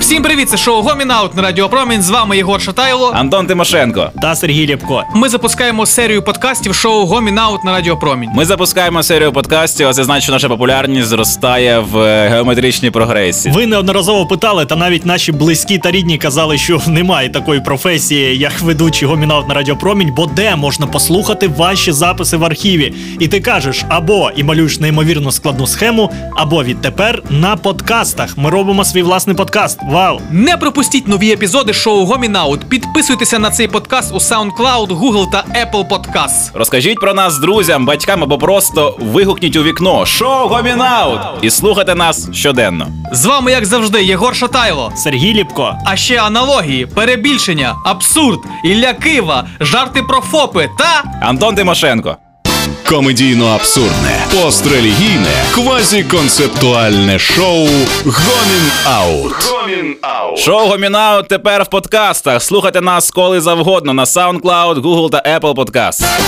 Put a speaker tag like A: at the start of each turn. A: Всім привіт, це шоу Гомінаут на Радіо Промінь. З вами Єгор Шатайло.
B: Антон Тимошенко.
C: та Сергій Ляпко.
A: Ми запускаємо серію подкастів шоу Гомінаут на Радіо Промінь.
B: Ми запускаємо серію подкастів, а це значить, що наша популярність зростає в е, геометричній прогресії.
C: Ви неодноразово питали, та навіть наші близькі та рідні казали, що немає такої професії, як ведучий гомінаут на радіопромінь, бо де можна послухати ваші записи в архіві. І ти кажеш або і малюєш неймовірно складну схему, або відтепер на подкастах. Ми робимо свій власний подкаст. Вау!
A: Не пропустіть нові епізоди шоу Гомінаут. Підписуйтеся на цей подкаст у SoundCloud, Google та Apple Podcasts.
B: Розкажіть про нас друзям, батькам або просто вигукніть у вікно Шоу Гомінаут! І слухайте нас щоденно.
A: З вами, як завжди, Єгор Шатайло.
C: Сергій Ліпко.
A: А ще аналогії, перебільшення, абсурд, Ілля Кива, жарти про фопи та
B: Антон Тимошенко.
D: Комедійно-абсурдне, пострелігійне, квазіконцептуальне шоу Гомін Аут.
B: Шоу Гомінаут тепер в подкастах. Слухайте нас коли завгодно на SoundCloud, Google та Apple Podcast.